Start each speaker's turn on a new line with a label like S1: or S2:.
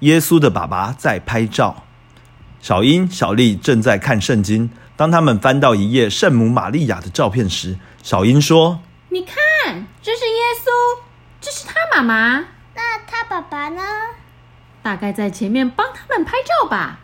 S1: 耶稣的爸爸在拍照。小英、小丽正在看圣经。当他们翻到一页圣母玛利亚的照片时，小英说
S2: 你看，这是耶稣，这是他妈妈，
S3: 那他爸爸呢？
S2: 大概在前面帮他们拍照吧。